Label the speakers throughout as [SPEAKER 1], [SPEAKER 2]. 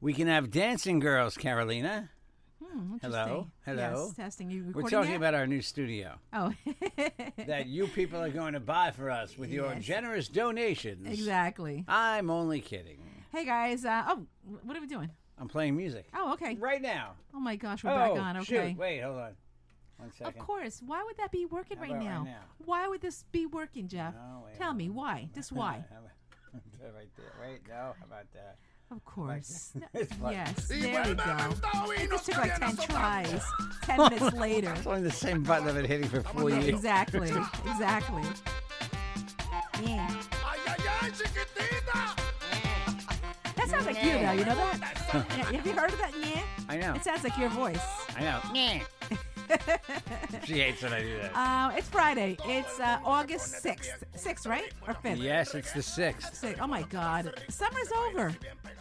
[SPEAKER 1] We can have dancing girls, Carolina.
[SPEAKER 2] Hmm,
[SPEAKER 1] Hello?
[SPEAKER 2] interesting.
[SPEAKER 1] Hello?
[SPEAKER 2] Yes, testing. You
[SPEAKER 1] We're
[SPEAKER 2] recording
[SPEAKER 1] talking
[SPEAKER 2] yet?
[SPEAKER 1] about our new studio
[SPEAKER 2] Oh,
[SPEAKER 1] that you people are going to buy for us with your
[SPEAKER 2] Yes.
[SPEAKER 1] generous donations.
[SPEAKER 2] exactly.
[SPEAKER 1] I'm only kidding.
[SPEAKER 2] Hey guys. Uh, oh, what are we doing?
[SPEAKER 1] I'm playing music.
[SPEAKER 2] Oh, okay.
[SPEAKER 1] Right now.
[SPEAKER 2] Oh my gosh, we're
[SPEAKER 1] oh,
[SPEAKER 2] back on.
[SPEAKER 1] shoot.
[SPEAKER 2] Okay.
[SPEAKER 1] Wait, hold on. One
[SPEAKER 2] Of
[SPEAKER 1] second.
[SPEAKER 2] course. Why would that be working
[SPEAKER 1] How
[SPEAKER 2] right
[SPEAKER 1] about right
[SPEAKER 2] now?
[SPEAKER 1] now?
[SPEAKER 2] Why would this be working, Jeff?
[SPEAKER 1] No, wait,
[SPEAKER 2] Tell
[SPEAKER 1] hold
[SPEAKER 2] me
[SPEAKER 1] on.
[SPEAKER 2] why. Just why?
[SPEAKER 1] How about- right there. Wait, no, how about that?
[SPEAKER 2] of course. No-
[SPEAKER 1] It's like-
[SPEAKER 2] yes. There we go. It just took like ten tries. Ten minutes later.
[SPEAKER 1] It's only the same button I've been hitting for four
[SPEAKER 2] Yeah,
[SPEAKER 1] years.
[SPEAKER 2] exactly. Exactly. Yeah. That sounds like you, though. You know that? Yeah, Have you heard of that? Yeah.
[SPEAKER 1] I know.
[SPEAKER 2] It sounds like your voice.
[SPEAKER 1] I know. she hates when I do that.
[SPEAKER 2] Uh, it's Friday. It's uh, August 6th. 6th, right? Or 5th?
[SPEAKER 1] yes, it's the sixth.
[SPEAKER 2] Six- Oh, my God. Summer's over.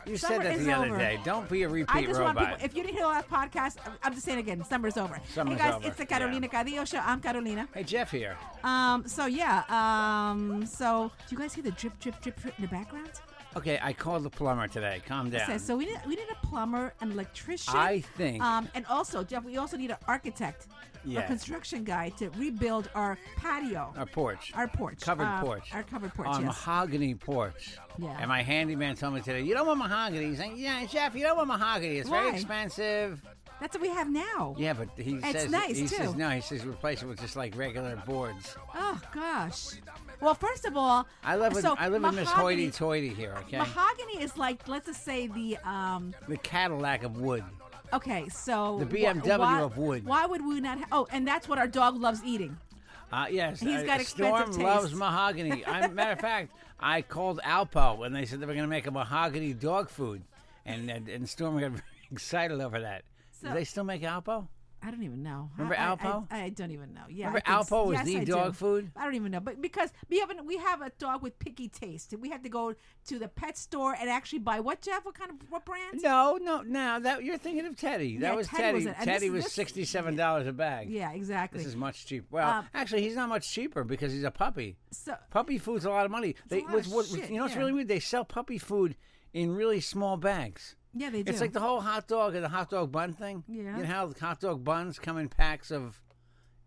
[SPEAKER 1] You
[SPEAKER 2] Summer
[SPEAKER 1] said that
[SPEAKER 2] is
[SPEAKER 1] the other
[SPEAKER 2] over.
[SPEAKER 1] day. Don't be a repeat
[SPEAKER 2] I just
[SPEAKER 1] robot.
[SPEAKER 2] want people, if you didn't hear last podcast, I'm- I'm just saying again, summer's over.
[SPEAKER 1] Summer's
[SPEAKER 2] hey, guys,
[SPEAKER 1] over,
[SPEAKER 2] it's the Carolina Cadillo show. I'm Carolina.
[SPEAKER 1] hey, Jeff here.
[SPEAKER 2] Um, so, yeah. Um, so, do you guys hear the drip, drip, drip, drip in the background?
[SPEAKER 1] Okay, I called the plumber today. Calm down.
[SPEAKER 2] So, so we, need, we need a plumber, an electrician.
[SPEAKER 1] I think-
[SPEAKER 2] Um, and also, Jeff, we also need an architect,
[SPEAKER 1] Yeah.
[SPEAKER 2] a construction guy to rebuild our patio.
[SPEAKER 1] our porch.
[SPEAKER 2] Our porch.
[SPEAKER 1] Covered
[SPEAKER 2] Um,
[SPEAKER 1] porch.
[SPEAKER 2] Our covered porch,
[SPEAKER 1] Our
[SPEAKER 2] yes.
[SPEAKER 1] mahogany porch.
[SPEAKER 2] Yeah.
[SPEAKER 1] And my handyman told me today, you don't want mahogany. He's like, yeah, Jeff, you don't want mahogany. It's very
[SPEAKER 2] Why?
[SPEAKER 1] expensive.
[SPEAKER 2] That's what we have now.
[SPEAKER 1] Yeah, but he
[SPEAKER 2] It's
[SPEAKER 1] says
[SPEAKER 2] nice,
[SPEAKER 1] he
[SPEAKER 2] too.
[SPEAKER 1] says no. He says replace it with just like regular boards.
[SPEAKER 2] Oh gosh. Well, first of all,
[SPEAKER 1] I live in
[SPEAKER 2] so
[SPEAKER 1] I live in Miss
[SPEAKER 2] mahogany-
[SPEAKER 1] Hoity Toity here. Okay,
[SPEAKER 2] Mahogany is like, let's just say the um.
[SPEAKER 1] the Cadillac of wood.
[SPEAKER 2] Okay, so
[SPEAKER 1] The
[SPEAKER 2] wh-
[SPEAKER 1] BMW
[SPEAKER 2] why,
[SPEAKER 1] of wood.
[SPEAKER 2] Why would we not? Ha- oh, and that's what our dog loves eating.
[SPEAKER 1] Uh, yes, uh,
[SPEAKER 2] He's got
[SPEAKER 1] Storm
[SPEAKER 2] expensive
[SPEAKER 1] loves
[SPEAKER 2] taste.
[SPEAKER 1] mahogany. I, matter of fact, I called Alpo and they said they were going to make a mahogany dog food, and and, and Storm got very excited over that.
[SPEAKER 2] So-
[SPEAKER 1] Do they still make Alpo?
[SPEAKER 2] I don't even know.
[SPEAKER 1] Remember
[SPEAKER 2] I, I-
[SPEAKER 1] Alpo?
[SPEAKER 2] I, I don't even know. Yeah.
[SPEAKER 1] Remember
[SPEAKER 2] I think so.
[SPEAKER 1] Alpo was
[SPEAKER 2] Yes,
[SPEAKER 1] the
[SPEAKER 2] I do.
[SPEAKER 1] dog food?
[SPEAKER 2] I don't even know, but because we have an, we have a dog with picky taste, we had to go to the pet store and actually buy what Jeff? What kind of what brand?
[SPEAKER 1] No, no, no. That you're thinking of Teddy. That
[SPEAKER 2] Yeah,
[SPEAKER 1] was Teddy.
[SPEAKER 2] Teddy was
[SPEAKER 1] Teddy
[SPEAKER 2] it.
[SPEAKER 1] was,
[SPEAKER 2] And this is- this-
[SPEAKER 1] sixty-seven dollars a bag.
[SPEAKER 2] Yeah, exactly.
[SPEAKER 1] This is much cheaper. Well,
[SPEAKER 2] Um,
[SPEAKER 1] actually, he's not much cheaper because he's a puppy.
[SPEAKER 2] So-
[SPEAKER 1] puppy food's a lot of money. They
[SPEAKER 2] lot
[SPEAKER 1] with,
[SPEAKER 2] of
[SPEAKER 1] with-
[SPEAKER 2] shit,
[SPEAKER 1] you know what's
[SPEAKER 2] yeah.
[SPEAKER 1] really weird? They sell puppy food in really small bags.
[SPEAKER 2] Yeah, they do.
[SPEAKER 1] It's like the whole hot dog and the hot dog bun thing.
[SPEAKER 2] Yeah.
[SPEAKER 1] You know how the hot dog buns come in packs of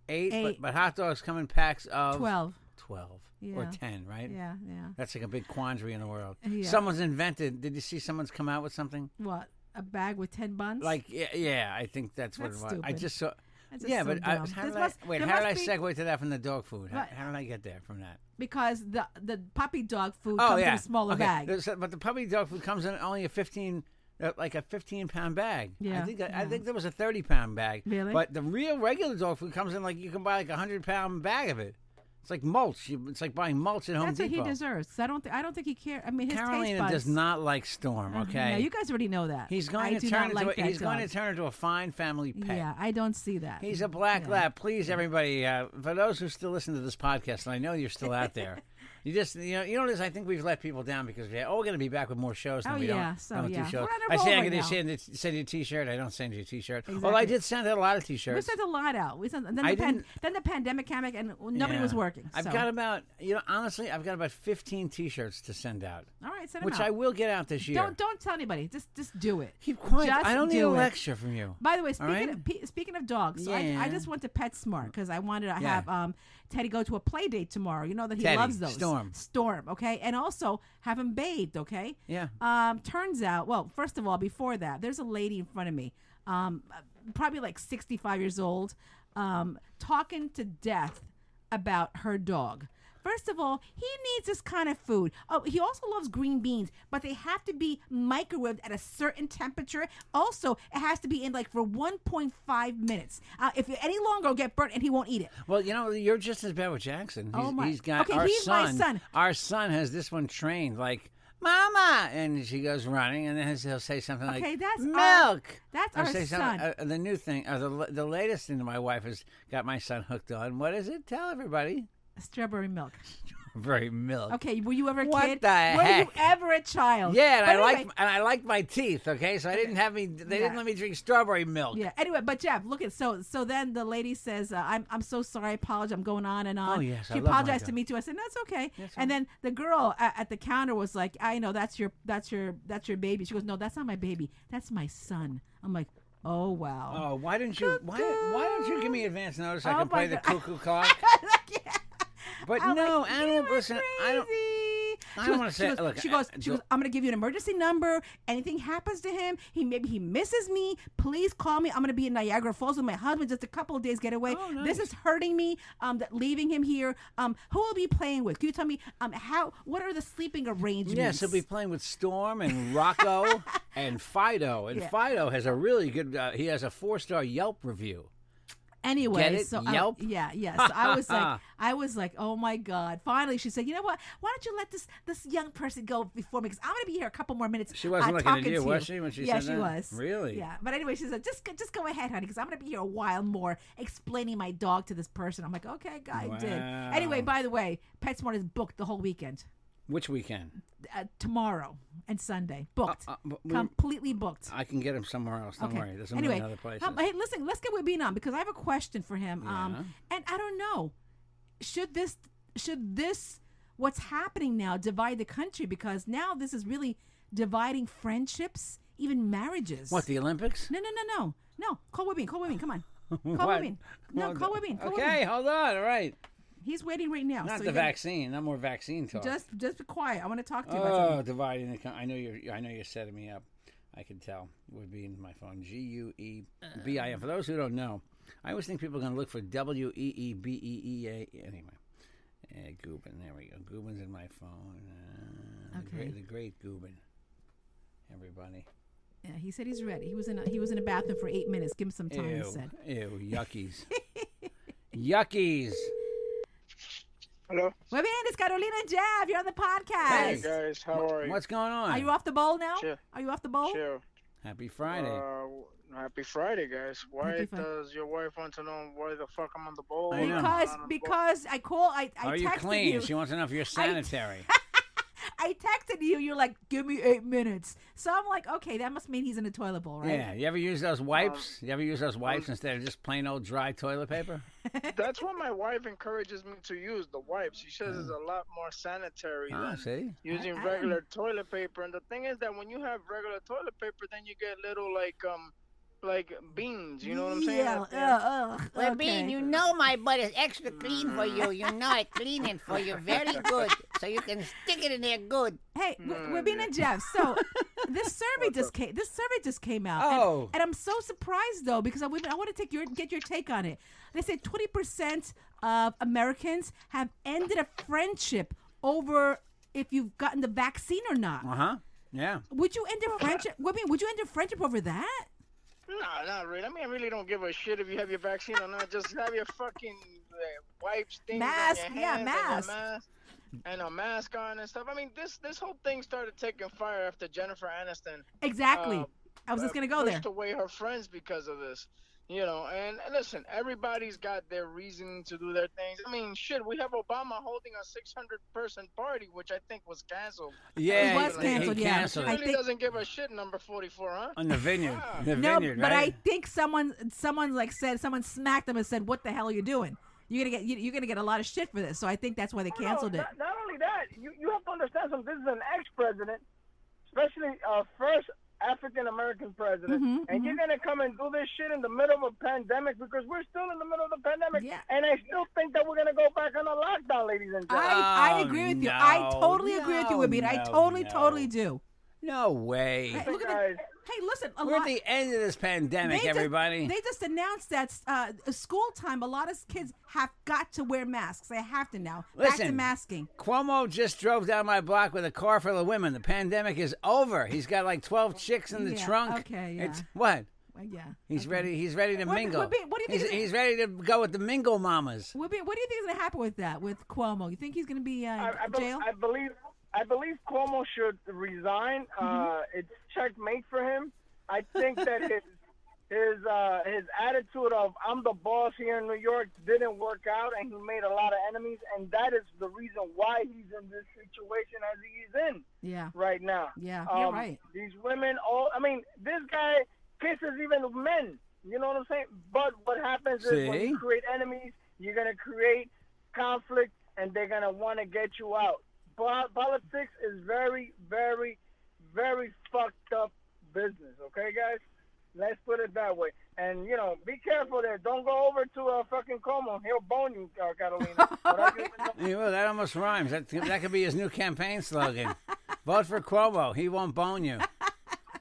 [SPEAKER 1] eight, But,
[SPEAKER 2] Eight.
[SPEAKER 1] but hot dogs come in packs of
[SPEAKER 2] 12.
[SPEAKER 1] Twelve or
[SPEAKER 2] Yeah.
[SPEAKER 1] ten, right?
[SPEAKER 2] Yeah, yeah.
[SPEAKER 1] That's like a big quandary in the world.
[SPEAKER 2] Yeah.
[SPEAKER 1] Someone's invented. Did you see someone's come out with something?
[SPEAKER 2] What a bag with ten buns?
[SPEAKER 1] Like yeah, yeah, I think that's what
[SPEAKER 2] That's
[SPEAKER 1] it was. I
[SPEAKER 2] stupid.
[SPEAKER 1] just saw.
[SPEAKER 2] That's just
[SPEAKER 1] yeah,
[SPEAKER 2] so
[SPEAKER 1] but I,
[SPEAKER 2] dumb.
[SPEAKER 1] how
[SPEAKER 2] This
[SPEAKER 1] did
[SPEAKER 2] must-
[SPEAKER 1] I, wait,
[SPEAKER 2] there
[SPEAKER 1] how did I
[SPEAKER 2] must be-
[SPEAKER 1] segue to that from the dog food? How,
[SPEAKER 2] Right.
[SPEAKER 1] how did I get there from that?
[SPEAKER 2] because the the puppy dog food
[SPEAKER 1] Oh
[SPEAKER 2] comes
[SPEAKER 1] yeah,
[SPEAKER 2] in a smaller
[SPEAKER 1] okay.
[SPEAKER 2] bag.
[SPEAKER 1] There's- but the puppy dog food comes in only a fifteen, uh, like a fifteen pound bag. I
[SPEAKER 2] Yeah,
[SPEAKER 1] think that, I
[SPEAKER 2] yeah.
[SPEAKER 1] think there was a thirty pound bag.
[SPEAKER 2] Really?
[SPEAKER 1] But the real regular dog food comes in like you can buy like a hundred pound bag of it. It's like mulch. You- It's like buying mulch at Home
[SPEAKER 2] That's what
[SPEAKER 1] Depot.
[SPEAKER 2] he deserves. I don't. Th- I don't think he cares. I mean, his taste
[SPEAKER 1] Carolina
[SPEAKER 2] buds.
[SPEAKER 1] does not like Storm. Okay.
[SPEAKER 2] Yeah, you guys already know that.
[SPEAKER 1] He's
[SPEAKER 2] I
[SPEAKER 1] going to
[SPEAKER 2] do
[SPEAKER 1] turn
[SPEAKER 2] not like
[SPEAKER 1] into a,
[SPEAKER 2] that
[SPEAKER 1] he's going to
[SPEAKER 2] dog.
[SPEAKER 1] turn into a fine family pet.
[SPEAKER 2] Yeah, I don't see that.
[SPEAKER 1] He's a black
[SPEAKER 2] Yeah.
[SPEAKER 1] lab. Please, everybody, uh, for those who still listen to this podcast, and I know you're still out there, you just you know you notice I think we've let people down because we're all going to be back with more shows. Than
[SPEAKER 2] Oh,
[SPEAKER 1] we
[SPEAKER 2] yeah,
[SPEAKER 1] don't,
[SPEAKER 2] so,
[SPEAKER 1] don't
[SPEAKER 2] yeah.
[SPEAKER 1] do shows.
[SPEAKER 2] We're on a
[SPEAKER 1] I say
[SPEAKER 2] roll
[SPEAKER 1] I'm
[SPEAKER 2] right
[SPEAKER 1] going
[SPEAKER 2] now.
[SPEAKER 1] to send, you a T-shirt. I don't send you a T-shirt. Although I
[SPEAKER 2] Exactly.
[SPEAKER 1] did send out a lot of
[SPEAKER 2] We
[SPEAKER 1] T-shirts.
[SPEAKER 2] sent a lot out. We sent, then,
[SPEAKER 1] I
[SPEAKER 2] the pan,
[SPEAKER 1] didn't-
[SPEAKER 2] then the pandemic came back and nobody
[SPEAKER 1] Yeah.
[SPEAKER 2] was working.
[SPEAKER 1] I've
[SPEAKER 2] so.
[SPEAKER 1] got about you know honestly I've got about 15 T-shirts to send out,
[SPEAKER 2] All right, send 'em
[SPEAKER 1] which
[SPEAKER 2] out.
[SPEAKER 1] I will get out this year.
[SPEAKER 2] Don't don't tell anybody. Just just do it.
[SPEAKER 1] keep quiet.
[SPEAKER 2] Just
[SPEAKER 1] I don't need
[SPEAKER 2] do
[SPEAKER 1] a
[SPEAKER 2] it.
[SPEAKER 1] lecture from you.
[SPEAKER 2] By the way,
[SPEAKER 1] All
[SPEAKER 2] speaking
[SPEAKER 1] right?
[SPEAKER 2] of, pe- speaking of dogs, so I,
[SPEAKER 1] Yeah.
[SPEAKER 2] I just went to PetSmart because I wanted to
[SPEAKER 1] Yeah.
[SPEAKER 2] have um, Teddy go to a play date tomorrow. You know that he
[SPEAKER 1] Teddy,
[SPEAKER 2] loves those.
[SPEAKER 1] Storm Storm.
[SPEAKER 2] Storm. Okay, and also have him bathed. Okay.
[SPEAKER 1] Yeah.
[SPEAKER 2] Um, turns out, well, first of all, before that, there's a lady in front of me, um, probably like 65 years old, um, talking to death about her dog. First of all, he needs this kind of food. Oh, he also loves green beans, but they have to be microwaved at a certain temperature. Also, it has to be in like for 1.5 minutes. Uh, if any longer, it'll get burnt and he won't eat it.
[SPEAKER 1] Well, you know, you're just as bad with Jackson. He's,
[SPEAKER 2] Oh, my-
[SPEAKER 1] he's got
[SPEAKER 2] Okay,
[SPEAKER 1] our
[SPEAKER 2] he's my
[SPEAKER 1] son,
[SPEAKER 2] son.
[SPEAKER 1] Our son has this one trained like Mama, and she goes running, and then he'll say something like
[SPEAKER 2] Okay, that's
[SPEAKER 1] milk.
[SPEAKER 2] our- that's
[SPEAKER 1] Or
[SPEAKER 2] our
[SPEAKER 1] say something-
[SPEAKER 2] son.
[SPEAKER 1] uh, the new thing, uh, the the latest thing that my wife has got my son hooked on. What is it? Tell everybody.
[SPEAKER 2] Strawberry milk.
[SPEAKER 1] Very milk.
[SPEAKER 2] Okay, were you ever a
[SPEAKER 1] What
[SPEAKER 2] kid?
[SPEAKER 1] the
[SPEAKER 2] were
[SPEAKER 1] heck?
[SPEAKER 2] you ever a child?
[SPEAKER 1] Yeah, and
[SPEAKER 2] But
[SPEAKER 1] I like
[SPEAKER 2] anyway-
[SPEAKER 1] and I like my teeth. Okay, so I didn't have me. They didn't
[SPEAKER 2] Yeah.
[SPEAKER 1] let me drink strawberry milk.
[SPEAKER 2] Yeah. Anyway, but Jeff, look at so so. Then the lady says, uh, "I'm I'm so sorry. I apologize. I'm going on and on."
[SPEAKER 1] Oh, yes, I
[SPEAKER 2] she
[SPEAKER 1] love my
[SPEAKER 2] apologized to
[SPEAKER 1] dog.
[SPEAKER 2] me too. I said, "That's okay." and then the girl at, at the counter was like, "I know that's your that's your that's your baby." She goes, "No, that's not my baby. That's my son." I'm like, "Oh wow."
[SPEAKER 1] Oh, why didn't you? Why, why don't you give me advance notice? so I
[SPEAKER 2] Oh,
[SPEAKER 1] can
[SPEAKER 2] my
[SPEAKER 1] play the
[SPEAKER 2] God.
[SPEAKER 1] cuckoo clock. But
[SPEAKER 2] I'm
[SPEAKER 1] no,
[SPEAKER 2] like,
[SPEAKER 1] animal.
[SPEAKER 2] "You are
[SPEAKER 1] Listen, I don't.
[SPEAKER 2] crazy."
[SPEAKER 1] I
[SPEAKER 2] She
[SPEAKER 1] don't
[SPEAKER 2] goes-
[SPEAKER 1] wanna
[SPEAKER 2] she
[SPEAKER 1] say-
[SPEAKER 2] goes-
[SPEAKER 1] look,
[SPEAKER 2] She
[SPEAKER 1] I-
[SPEAKER 2] goes.
[SPEAKER 1] I
[SPEAKER 2] She
[SPEAKER 1] don't-
[SPEAKER 2] goes. I'm gonna give you an emergency number. Anything happens to him, he maybe he misses me. Please call me. I'm gonna be in Niagara Falls with my husband. Just a couple of days, get away.
[SPEAKER 1] Oh,
[SPEAKER 2] This
[SPEAKER 1] nice.
[SPEAKER 2] is hurting me. Um, that leaving him here. Um, who will be playing with? Can you tell me? Um, how? What are the sleeping arrangements?
[SPEAKER 1] Yes, he'll be playing with Storm and Rocco and Fido. And
[SPEAKER 2] Yeah.
[SPEAKER 1] Fido has a really good. Uh, he has a four-star Yelp review.
[SPEAKER 2] Anyway,
[SPEAKER 1] Get it?
[SPEAKER 2] so
[SPEAKER 1] Yelp?
[SPEAKER 2] I, yeah, yes. I was like, I was like, oh my god! Finally, she said, you know what? Why don't you let this this young person go before me? Because I'm gonna be here a couple more minutes.
[SPEAKER 1] She wasn't
[SPEAKER 2] uh,
[SPEAKER 1] looking at
[SPEAKER 2] talking
[SPEAKER 1] you,
[SPEAKER 2] to
[SPEAKER 1] was she, when she
[SPEAKER 2] yeah,
[SPEAKER 1] said
[SPEAKER 2] she
[SPEAKER 1] that?
[SPEAKER 2] was.
[SPEAKER 1] Really?
[SPEAKER 2] Yeah. But anyway, she said, just go- just go ahead, honey, because I'm gonna be here a while more explaining my dog to this person. I'm like, okay, guy, I did. Anyway, by the way, PetSmart is booked the whole weekend,
[SPEAKER 1] Which weekend?
[SPEAKER 2] uh, tomorrow and Sunday, booked,
[SPEAKER 1] uh, but we-
[SPEAKER 2] completely booked.
[SPEAKER 1] I can get him somewhere else. Don't worry. There's a
[SPEAKER 2] anyway,
[SPEAKER 1] million other places.
[SPEAKER 2] um, hey, listen, let's get Webin on because I have a question for him. Um, and I don't know, should this should this what's happening now divide the country because now this is really dividing friendships, even marriages.
[SPEAKER 1] what the Olympics?
[SPEAKER 2] No, no, no, no, no. Call Webin. Call Webin. Come on. Call
[SPEAKER 1] What?
[SPEAKER 2] Webin. No,
[SPEAKER 1] Well,
[SPEAKER 2] call Webin. Call
[SPEAKER 1] Okay,
[SPEAKER 2] Webin.
[SPEAKER 1] hold on. All right.
[SPEAKER 2] He's waiting right now.
[SPEAKER 1] Not
[SPEAKER 2] so
[SPEAKER 1] the
[SPEAKER 2] you gotta-
[SPEAKER 1] vaccine. Not more vaccine talk.
[SPEAKER 2] Just, just be quiet. I want to talk to you about
[SPEAKER 1] oh,
[SPEAKER 2] something.
[SPEAKER 1] dividing the. co- I know you're. I know you're setting me up. I can tell. Would be in my phone. G U E B I N. For those who don't know, I always think people are going to look for W E E B E E A. Anyway, eh, Gubin. There we go. Gubin's in my phone. Uh, The great,
[SPEAKER 2] Okay.
[SPEAKER 1] the great Gubin. Everybody.
[SPEAKER 2] Yeah, he said he's ready. He was in, a, he was in the bathroom for eight minutes. Give him some time. He said.
[SPEAKER 1] Ew. Yuckies. yuckies.
[SPEAKER 3] Hello.
[SPEAKER 2] Webin, it's Carolina and Jeff. You're on the podcast.
[SPEAKER 3] Hey guys, how are you?
[SPEAKER 1] What's going on?
[SPEAKER 2] Are you off the bowl now?
[SPEAKER 3] Sure.
[SPEAKER 2] Are you off the bowl?
[SPEAKER 3] Chill.
[SPEAKER 1] Happy
[SPEAKER 3] Uh,
[SPEAKER 1] Friday.
[SPEAKER 3] happy Friday, guys. Why
[SPEAKER 2] Happy Fri-
[SPEAKER 3] does your wife want to know why the fuck I'm on the bowl?
[SPEAKER 1] I know.
[SPEAKER 2] Because
[SPEAKER 3] I'm on the bowl.
[SPEAKER 2] because I call I, I
[SPEAKER 1] are
[SPEAKER 2] texted
[SPEAKER 1] you clean?
[SPEAKER 2] you.
[SPEAKER 1] She wants to know if you're sanitary.
[SPEAKER 2] I texted you. You're like, give me eight minutes. So I'm like, okay, that must mean he's in a toilet bowl, right?
[SPEAKER 1] Yeah. You ever use those wipes? You ever use those wipes instead of just plain old dry toilet paper?
[SPEAKER 3] that's what my wife encourages me to use the wipes. She says it's a lot more sanitary
[SPEAKER 1] Oh. Ah,
[SPEAKER 3] than
[SPEAKER 1] see?
[SPEAKER 3] using
[SPEAKER 2] I- I-
[SPEAKER 3] regular toilet paper. And the thing is that when you have regular toilet paper, then you get little like um like beans. You know what I'm saying?
[SPEAKER 2] Yeah.
[SPEAKER 3] At the end.
[SPEAKER 2] Ugh, ugh,
[SPEAKER 4] Well,
[SPEAKER 2] okay.
[SPEAKER 4] Bean, you know my butt is extra clean for you. You know I clean it for you very good. So you can stick it in there good.
[SPEAKER 2] Hey, we're,
[SPEAKER 3] Mm,
[SPEAKER 2] we're being a Jeff. So this survey just came. This survey just came out. and-
[SPEAKER 1] Oh.
[SPEAKER 2] and, I'm so surprised though because I, would- I want to take your get your take on it. They said 20 percent of Americans have ended a friendship over if you've gotten the vaccine or not.
[SPEAKER 1] Uh huh. Yeah.
[SPEAKER 2] Would you end a friendship? I mean, would you end a friendship over that?
[SPEAKER 3] Nah, not really. I mean, I really don't give a shit if you have your vaccine or not. Just have your fucking uh, wipes, things,
[SPEAKER 2] Mask,
[SPEAKER 3] on your
[SPEAKER 2] yeah,
[SPEAKER 3] hands,
[SPEAKER 2] mask.
[SPEAKER 3] and, your mask, and a mask on and stuff. I mean, this this whole thing started taking fire after Jennifer Aniston.
[SPEAKER 2] Exactly.
[SPEAKER 3] Uh,
[SPEAKER 2] I was just
[SPEAKER 3] uh,
[SPEAKER 2] gonna go there.
[SPEAKER 3] pushed away her friends because of this. You know, and and listen, everybody's got their reason to do their things. I mean, shit, we have Obama holding a 600 person party, which I think was canceled.
[SPEAKER 1] Yeah.
[SPEAKER 2] was
[SPEAKER 1] he-
[SPEAKER 2] canceled,
[SPEAKER 1] He
[SPEAKER 2] yeah.
[SPEAKER 3] She
[SPEAKER 1] canceled
[SPEAKER 2] I
[SPEAKER 1] it
[SPEAKER 3] really
[SPEAKER 2] think-
[SPEAKER 3] doesn't give a shit, number 44, huh?
[SPEAKER 1] on the vineyard. The
[SPEAKER 2] No,
[SPEAKER 1] vineyard,
[SPEAKER 2] but I
[SPEAKER 1] right?
[SPEAKER 2] think someone someone like said someone smacked them and said, "What the hell are you doing? You're gonna get you- you're gonna get a lot of shit for this." So I think that's why they
[SPEAKER 5] No,
[SPEAKER 2] canceled it.
[SPEAKER 5] Not, not only that, you, you have to understand something. This is an ex president, especially uh, first
[SPEAKER 3] African American president,
[SPEAKER 2] Mhm,
[SPEAKER 3] and you're gonna come and do this shit in the middle of a pandemic because we're still in the middle of the pandemic,
[SPEAKER 2] Yeah.
[SPEAKER 3] and I still think that we're gonna go back on a lockdown, ladies and gentlemen.
[SPEAKER 2] I, I
[SPEAKER 1] Oh,
[SPEAKER 2] agree with you. I
[SPEAKER 1] no,
[SPEAKER 2] totally agree with you,
[SPEAKER 1] no,
[SPEAKER 2] Wimmy. I
[SPEAKER 1] no,
[SPEAKER 2] totally,
[SPEAKER 1] no.
[SPEAKER 2] totally do.
[SPEAKER 1] No way.
[SPEAKER 2] Hey,
[SPEAKER 3] Hey,
[SPEAKER 2] look at
[SPEAKER 3] guys.
[SPEAKER 2] the, hey listen, a
[SPEAKER 1] We're
[SPEAKER 2] lot.
[SPEAKER 1] at the end of this pandemic,
[SPEAKER 2] just-
[SPEAKER 1] everybody.
[SPEAKER 2] they just announced that uh, school time. A lot of kids have got to wear masks. They have to now. Back to
[SPEAKER 1] Listen.
[SPEAKER 2] masking.
[SPEAKER 1] Cuomo just drove down my block with a car full of women. The pandemic is over. He's got like twelve chicks in the
[SPEAKER 2] Yeah,
[SPEAKER 1] trunk.
[SPEAKER 2] okay,
[SPEAKER 1] It's
[SPEAKER 2] yeah.
[SPEAKER 1] what?
[SPEAKER 2] Well, yeah.
[SPEAKER 1] He's ready. He's ready to
[SPEAKER 2] What-
[SPEAKER 1] mingle.
[SPEAKER 2] what be- what do you
[SPEAKER 1] he's,
[SPEAKER 2] think is-
[SPEAKER 1] he's ready to go with the mingle mamas.
[SPEAKER 2] Wimmy, what do you think is going to happen with that with Cuomo? You think he's going to be uh,
[SPEAKER 3] I, I, be-
[SPEAKER 2] jail?
[SPEAKER 3] I believe I believe Cuomo should resign. Uh, it's checkmate for him. I think that his his uh, his attitude of "I'm the boss here in New York" didn't work out, and he made a lot of enemies, and that is the reason why he's in this situation as he is in
[SPEAKER 2] yeah.
[SPEAKER 3] right now.
[SPEAKER 2] Yeah,
[SPEAKER 3] um,
[SPEAKER 2] you're right.
[SPEAKER 3] These women, all I mean, this guy kisses even men. You know what I'm saying? But what happens is when
[SPEAKER 1] See?
[SPEAKER 3] you create enemies, you're gonna create conflict, and they're gonna want to get you out. But politics is very, very, very fucked up business. Okay, guys, let's put it that way. And you know, be careful there. Don't go over to uh, fucking Como. He'll bone you, uh, Carolina. But I just-
[SPEAKER 1] Yeah, well, that almost rhymes. That that could be his new campaign slogan. Vote for Cuomo. He won't bone you.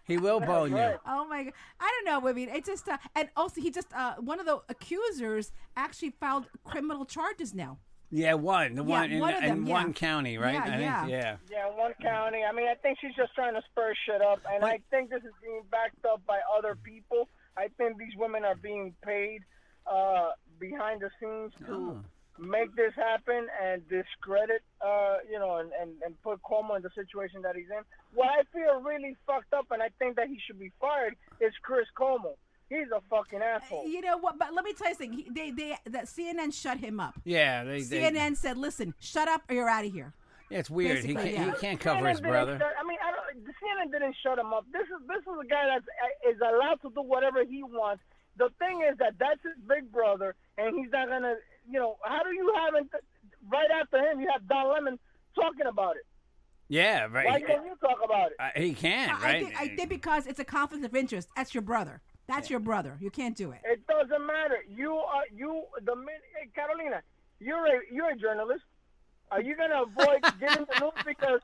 [SPEAKER 1] He will bone you.
[SPEAKER 2] Oh my god! I don't know, I mean, it just uh, and also he just uh, one of the accusers actually filed criminal charges now.
[SPEAKER 1] Yeah, one. The one in,
[SPEAKER 2] one of them,
[SPEAKER 1] in
[SPEAKER 2] yeah.
[SPEAKER 1] one county, right?
[SPEAKER 2] Yeah,
[SPEAKER 1] I think,
[SPEAKER 2] yeah.
[SPEAKER 1] yeah.
[SPEAKER 3] Yeah, one county. I mean, I think she's just trying to spur shit up, and I think this is being backed up by other people. I think these women are being paid uh, behind the scenes to make this happen and discredit, uh, you know, and, and, and put Cuomo in the situation that he's in. What I feel really fucked up, and I think that he should be fired, is Chris Cuomo. He's a fucking asshole.
[SPEAKER 2] You know what? But let me tell you something. He, they they that CNN shut him up.
[SPEAKER 1] Yeah, they, they,
[SPEAKER 2] CNN said, "Listen, shut up or you're out of here."
[SPEAKER 1] It's weird. He
[SPEAKER 2] basically,
[SPEAKER 1] can't,
[SPEAKER 2] yeah.
[SPEAKER 1] he can't cover his
[SPEAKER 3] didn't
[SPEAKER 1] brother.
[SPEAKER 3] shut- I mean, I don't. CNN didn't shut him up. This is this is a guy that is allowed to do whatever he wants. The thing is that that's his big brother, and he's not gonna. You know, how do you have it right after him? You have Don Lemon talking about it.
[SPEAKER 1] Yeah, right.
[SPEAKER 3] Why can't you talk about it?
[SPEAKER 1] Uh, he can,
[SPEAKER 2] I-
[SPEAKER 1] right?
[SPEAKER 2] I, think, I think because it's a conflict of interest. That's your brother. That's your brother. You can't do it.
[SPEAKER 3] It doesn't matter. You are you the min- hey, Carolina. You're a you're a journalist. Are you gonna avoid getting the news because?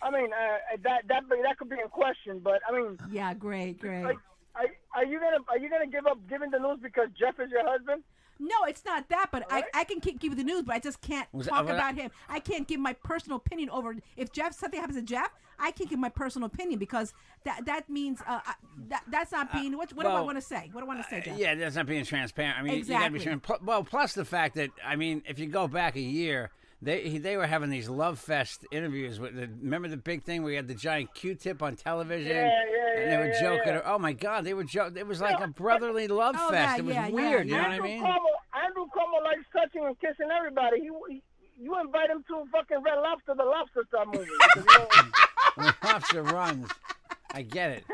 [SPEAKER 3] I mean, uh, that that that could be in question, but I mean,
[SPEAKER 2] Yeah, great, great.
[SPEAKER 3] Like, are, are you gonna are you gonna give up giving the news because Jeff is your husband?
[SPEAKER 2] No, it's not that. But I, I can keep, keep the news, but I just can't
[SPEAKER 1] Was-
[SPEAKER 2] talk
[SPEAKER 1] was I-
[SPEAKER 2] about him. I can't give my personal opinion over if Jeff something happens to Jeff. I can't give my personal opinion because that that means uh, I, that that's not being. What, what do I
[SPEAKER 1] Uh, well, uh,
[SPEAKER 2] want to say? What do I want to say, Jeff?
[SPEAKER 1] Yeah, that's not being transparent. I mean, you got to be
[SPEAKER 2] Exactly.
[SPEAKER 1] transparent. Pl- Well, plus the fact that I mean, if you go back a year, they he- they were having these love fest interviews. With the, remember the big thing where you had the giant Q-tip on television,
[SPEAKER 3] Yeah, yeah,
[SPEAKER 1] and they
[SPEAKER 3] yeah,
[SPEAKER 1] were
[SPEAKER 3] yeah,
[SPEAKER 1] joking.
[SPEAKER 3] yeah.
[SPEAKER 1] Oh my God, they were joking. It was like a brotherly love fest.
[SPEAKER 2] Oh, that-
[SPEAKER 1] it was
[SPEAKER 2] yeah, yeah,
[SPEAKER 1] weird.
[SPEAKER 2] yeah.
[SPEAKER 1] You know
[SPEAKER 3] Andrew
[SPEAKER 1] what I mean?
[SPEAKER 3] Cuomo, Andrew Cuomo likes touching and kissing everybody. He, he you invite him to fucking Red Lobster, the Lobster Star movie. You know,
[SPEAKER 1] when lobster runs. I get it.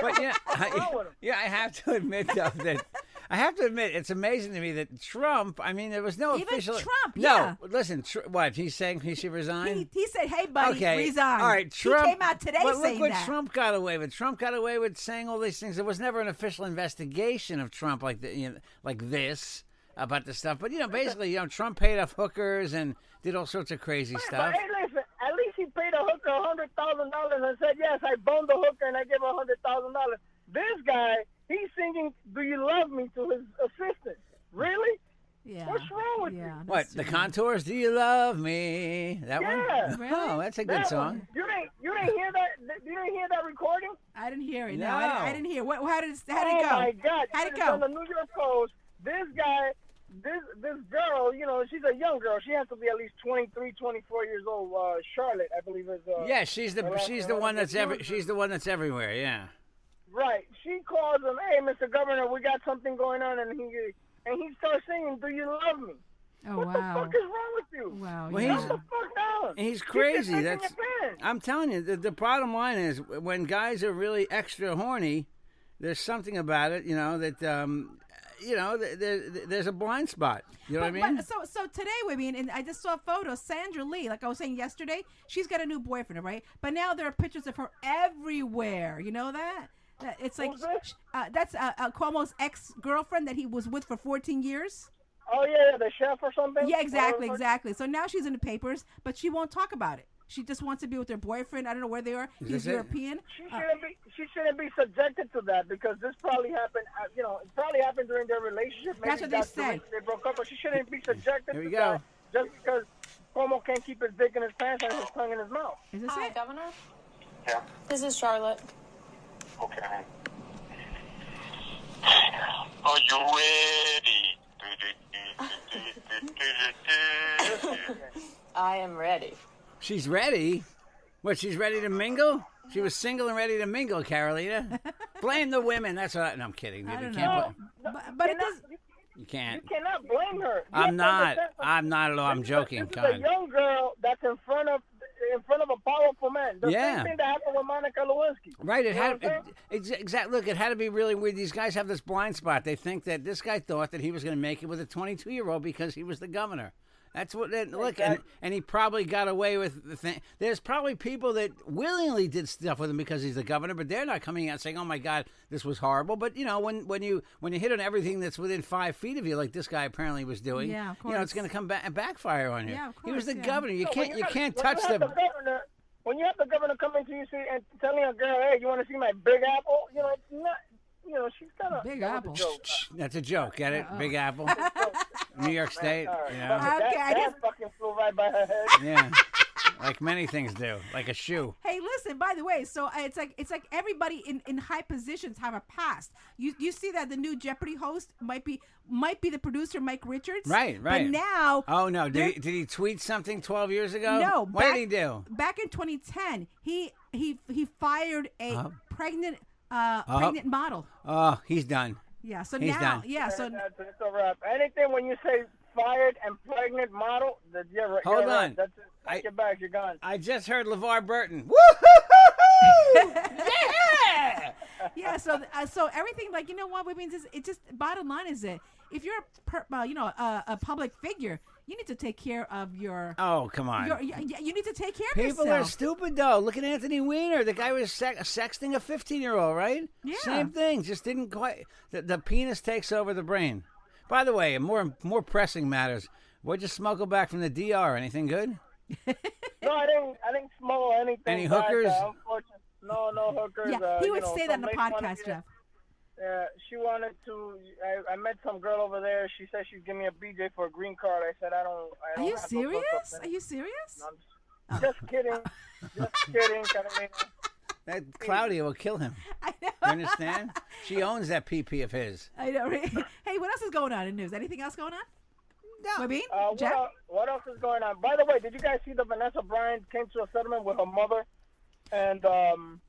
[SPEAKER 1] But yeah, I, yeah, I have to admit though that I have to admit it's amazing to me that Trump. I mean, there was no
[SPEAKER 2] Even
[SPEAKER 1] official.
[SPEAKER 2] Trump,
[SPEAKER 1] no,
[SPEAKER 2] yeah.
[SPEAKER 1] listen. Tr- what he's saying, he should
[SPEAKER 2] He,
[SPEAKER 1] resign.
[SPEAKER 2] he said, "Hey, buddy,
[SPEAKER 1] okay,
[SPEAKER 2] resign."
[SPEAKER 1] all right. Trump
[SPEAKER 2] he came out today
[SPEAKER 1] Well, look
[SPEAKER 2] saying
[SPEAKER 1] what
[SPEAKER 2] that.
[SPEAKER 1] Trump got away with. Trump got away with saying all these things. There was never an official investigation of Trump like the, you know, like this about the stuff. But you know, basically, you know, Trump paid off hookers and did all sorts of crazy
[SPEAKER 3] but
[SPEAKER 1] stuff.
[SPEAKER 3] hey, listen. At least he paid a hooker a hundred thousand dollars and said yes. I boned the hooker and I gave her a hundred thousand dollars. This guy, he's singing "Do You Love Me" to his assistant. Really?
[SPEAKER 2] Yeah.
[SPEAKER 3] What's wrong with you?
[SPEAKER 2] yeah, that's
[SPEAKER 1] What the
[SPEAKER 2] true.
[SPEAKER 1] contours? Do you love me? That
[SPEAKER 3] Yeah.
[SPEAKER 1] one? Oh, that's a good
[SPEAKER 3] That
[SPEAKER 1] song.
[SPEAKER 3] one- You didn't you didn't hear that? You didn't hear that recording?
[SPEAKER 2] I didn't hear it. No, I, didn't, I
[SPEAKER 1] No.
[SPEAKER 2] didn't hear. What? How did? How did it go?
[SPEAKER 3] Oh my God!
[SPEAKER 2] How'd it
[SPEAKER 3] It's On the
[SPEAKER 2] go?
[SPEAKER 3] New York Post, this guy, this this girl, you know, she's a young girl. She has to be at least 23, 24 years old. Uh, Charlotte, I believe is. Uh,
[SPEAKER 1] Yeah, she's the
[SPEAKER 3] Well,
[SPEAKER 1] she's
[SPEAKER 3] I-
[SPEAKER 1] the
[SPEAKER 3] I
[SPEAKER 1] one
[SPEAKER 3] like
[SPEAKER 1] that's
[SPEAKER 3] the
[SPEAKER 1] every
[SPEAKER 3] children.
[SPEAKER 1] she's the one that's everywhere. Yeah.
[SPEAKER 3] Right. She calls him, "Hey, Mr. Governor, we got something going on," and he and he starts singing, "Do you love me?"
[SPEAKER 2] Oh
[SPEAKER 3] What the
[SPEAKER 2] wow!
[SPEAKER 3] fuck is wrong with you?
[SPEAKER 2] Wow.
[SPEAKER 1] Well,
[SPEAKER 2] yeah.
[SPEAKER 3] Calm the fuck down.
[SPEAKER 1] He's
[SPEAKER 3] Keep your
[SPEAKER 1] crazy.
[SPEAKER 3] dick in
[SPEAKER 1] That's
[SPEAKER 3] your pants.
[SPEAKER 1] I'm telling you. The, the bottom line is when guys are really extra horny, there's something about it, you know, that um, you know, th- there, th- there's a blind spot. You know what I
[SPEAKER 2] But- but
[SPEAKER 1] mean?
[SPEAKER 2] so so today, Vivian, and I just saw a photo. Sandra Lee, like I was saying yesterday, she's got a new boyfriend, right? But now there are pictures of her everywhere. You know that? That- It's like
[SPEAKER 3] Who's this?
[SPEAKER 2] uh, that's uh, uh, Cuomo's ex girlfriend that he was with for 14 years.
[SPEAKER 3] Oh yeah, yeah, the chef or something.
[SPEAKER 2] Yeah, exactly,
[SPEAKER 3] Whatever.
[SPEAKER 2] exactly. So now she's in the papers, but she won't talk about it. She just wants to be with her boyfriend. I don't know where they are. He's
[SPEAKER 1] this it?
[SPEAKER 2] European.
[SPEAKER 3] She shouldn't be. She shouldn't be subjected to that because this probably happened. uh, You know, it probably happened during their relationship. Maybe
[SPEAKER 2] That's what they
[SPEAKER 3] the
[SPEAKER 2] say.
[SPEAKER 3] reason They broke up, but she shouldn't be subjected
[SPEAKER 1] Here we
[SPEAKER 3] to
[SPEAKER 1] go.
[SPEAKER 3] that just because Cuomo can't keep his dick in his pants and his tongue in his mouth.
[SPEAKER 2] Is this
[SPEAKER 5] Hi,
[SPEAKER 2] it?
[SPEAKER 5] Governor.
[SPEAKER 6] Yeah.
[SPEAKER 5] This is Charlotte.
[SPEAKER 6] Okay. Are you ready?
[SPEAKER 5] I am ready.
[SPEAKER 1] She's ready. What? She's ready to mingle. She was single and ready to mingle, Carolina. Blame the women. That's what. I, no, I'm kidding.
[SPEAKER 2] I
[SPEAKER 1] you
[SPEAKER 2] don't
[SPEAKER 1] can't.
[SPEAKER 2] know.
[SPEAKER 1] bl-
[SPEAKER 2] But, but it
[SPEAKER 3] Cannot-
[SPEAKER 2] does.
[SPEAKER 3] you,
[SPEAKER 1] you
[SPEAKER 3] you
[SPEAKER 1] can't.
[SPEAKER 3] cannot blame her. You have
[SPEAKER 1] I'm
[SPEAKER 3] to
[SPEAKER 1] not.
[SPEAKER 3] understand-
[SPEAKER 1] I'm not at all. I'm
[SPEAKER 3] This is a-
[SPEAKER 1] joking.
[SPEAKER 3] This is a
[SPEAKER 1] God.
[SPEAKER 3] young girl that's in front of in front of a powerful man. The
[SPEAKER 1] Yeah.
[SPEAKER 3] same thing that happened with Monica Lewinsky.
[SPEAKER 1] Right. It
[SPEAKER 3] You know
[SPEAKER 1] had
[SPEAKER 3] what I'm
[SPEAKER 1] it, ex- exact. Look, it had to be really weird. These guys have this blind spot. They think that this guy thought that he was going to make it with a 22 year old because he was the governor. That's what. That, look, and, and he probably got away with the thing. There's probably people that willingly did stuff with him because he's the governor, but they're not coming out saying, "Oh my God, this was horrible." But you know, when when you when you hit on everything that's within five feet of you, like this guy apparently was doing,
[SPEAKER 2] Yeah, of
[SPEAKER 1] you know,
[SPEAKER 2] course.
[SPEAKER 1] it's going to come back backfire on you.
[SPEAKER 2] Yeah, of
[SPEAKER 1] he was
[SPEAKER 2] course,
[SPEAKER 1] the
[SPEAKER 2] yeah.
[SPEAKER 1] governor. You
[SPEAKER 3] So when
[SPEAKER 1] can't you
[SPEAKER 3] got-
[SPEAKER 1] can't
[SPEAKER 3] when
[SPEAKER 1] touch
[SPEAKER 3] you have
[SPEAKER 1] them.
[SPEAKER 3] the governor, when you have the governor coming to you see, and telling a girl, "Hey, you want to see my big apple?" You know, it's not. You know, she's kind of
[SPEAKER 2] Big
[SPEAKER 3] that
[SPEAKER 2] apple.
[SPEAKER 3] Was a joke.
[SPEAKER 1] That's a joke. Get it? Big Apple, New York State.
[SPEAKER 3] All right.
[SPEAKER 1] You know.
[SPEAKER 3] That,
[SPEAKER 2] Okay, I
[SPEAKER 3] that
[SPEAKER 2] just-
[SPEAKER 3] fucking flew right by her head.
[SPEAKER 1] Yeah. like many things do, like a shoe.
[SPEAKER 2] Hey, listen. By the way, so uh, it's like it's like everybody in, in high positions have a past. You you see that the new Jeopardy host might be might be the producer Mike Richards.
[SPEAKER 1] Right, right.
[SPEAKER 2] But now,
[SPEAKER 1] Oh no!
[SPEAKER 2] They're-
[SPEAKER 1] Did he, did he tweet something twelve years ago?
[SPEAKER 2] no.
[SPEAKER 1] What
[SPEAKER 2] back,
[SPEAKER 1] did he do?
[SPEAKER 2] Back in 2010, he he he fired a
[SPEAKER 1] Uh-huh.
[SPEAKER 2] pregnant uh, pregnant model.
[SPEAKER 1] Oh, he's done.
[SPEAKER 2] Yeah. So
[SPEAKER 1] He's
[SPEAKER 2] now,
[SPEAKER 1] done.
[SPEAKER 2] yeah. So
[SPEAKER 3] That's, it's a wrap. Anything when you say fired and pregnant model, that you're right.
[SPEAKER 1] Hold
[SPEAKER 3] you're right.
[SPEAKER 1] on.
[SPEAKER 3] That's it.
[SPEAKER 1] I-
[SPEAKER 3] Take it back. You're gone.
[SPEAKER 1] I just heard LeVar Burton. Woo! yeah!
[SPEAKER 2] yeah, so th- uh, so everything like you know what women just it just bottom line is it if you're a per, uh, you know a, a public figure you need to take care of your,
[SPEAKER 1] Oh come on!
[SPEAKER 2] your you, you need to take care of
[SPEAKER 1] People are
[SPEAKER 2] yourself.
[SPEAKER 1] stupid though. Look at Anthony Weiner. The guy was sex- sexting a fifteen-year-old, right?
[SPEAKER 2] Yeah.
[SPEAKER 1] Same thing. Just didn't quite. The, the penis takes over the brain. By the way, more more pressing matters. What'd you smuggle back from the DR? Anything good?
[SPEAKER 3] No, I didn't. I didn't smell anything.
[SPEAKER 1] Any
[SPEAKER 3] bad,
[SPEAKER 1] hookers?
[SPEAKER 3] uh, unfortunate- no, no hookers.
[SPEAKER 2] yeah,
[SPEAKER 3] uh,
[SPEAKER 2] he
[SPEAKER 3] you
[SPEAKER 2] would
[SPEAKER 3] know,
[SPEAKER 2] say that in
[SPEAKER 3] some
[SPEAKER 2] the
[SPEAKER 3] lady wanted
[SPEAKER 2] podcast,
[SPEAKER 3] to-
[SPEAKER 2] Jeff.
[SPEAKER 3] Uh, she wanted to. I, I met some girl over there. She said she'd give me a BJ for a green card. I said I don't. I
[SPEAKER 2] Are
[SPEAKER 3] don't
[SPEAKER 2] you
[SPEAKER 3] have no hookups
[SPEAKER 2] serious? Are
[SPEAKER 3] and-
[SPEAKER 2] you serious?
[SPEAKER 3] I'm just kidding. just kidding, Carolina.
[SPEAKER 1] That Claudia will kill him.
[SPEAKER 2] I know.
[SPEAKER 1] You understand? she owns that PP of his.
[SPEAKER 2] I know. Right? hey, what else is going on in news? Anything else going on? No. Webin?
[SPEAKER 3] Uh, what,
[SPEAKER 2] Jeff?
[SPEAKER 3] el- what else is going on? By the way, did you guys see that Vanessa Bryant came to a settlement with her mother? And um,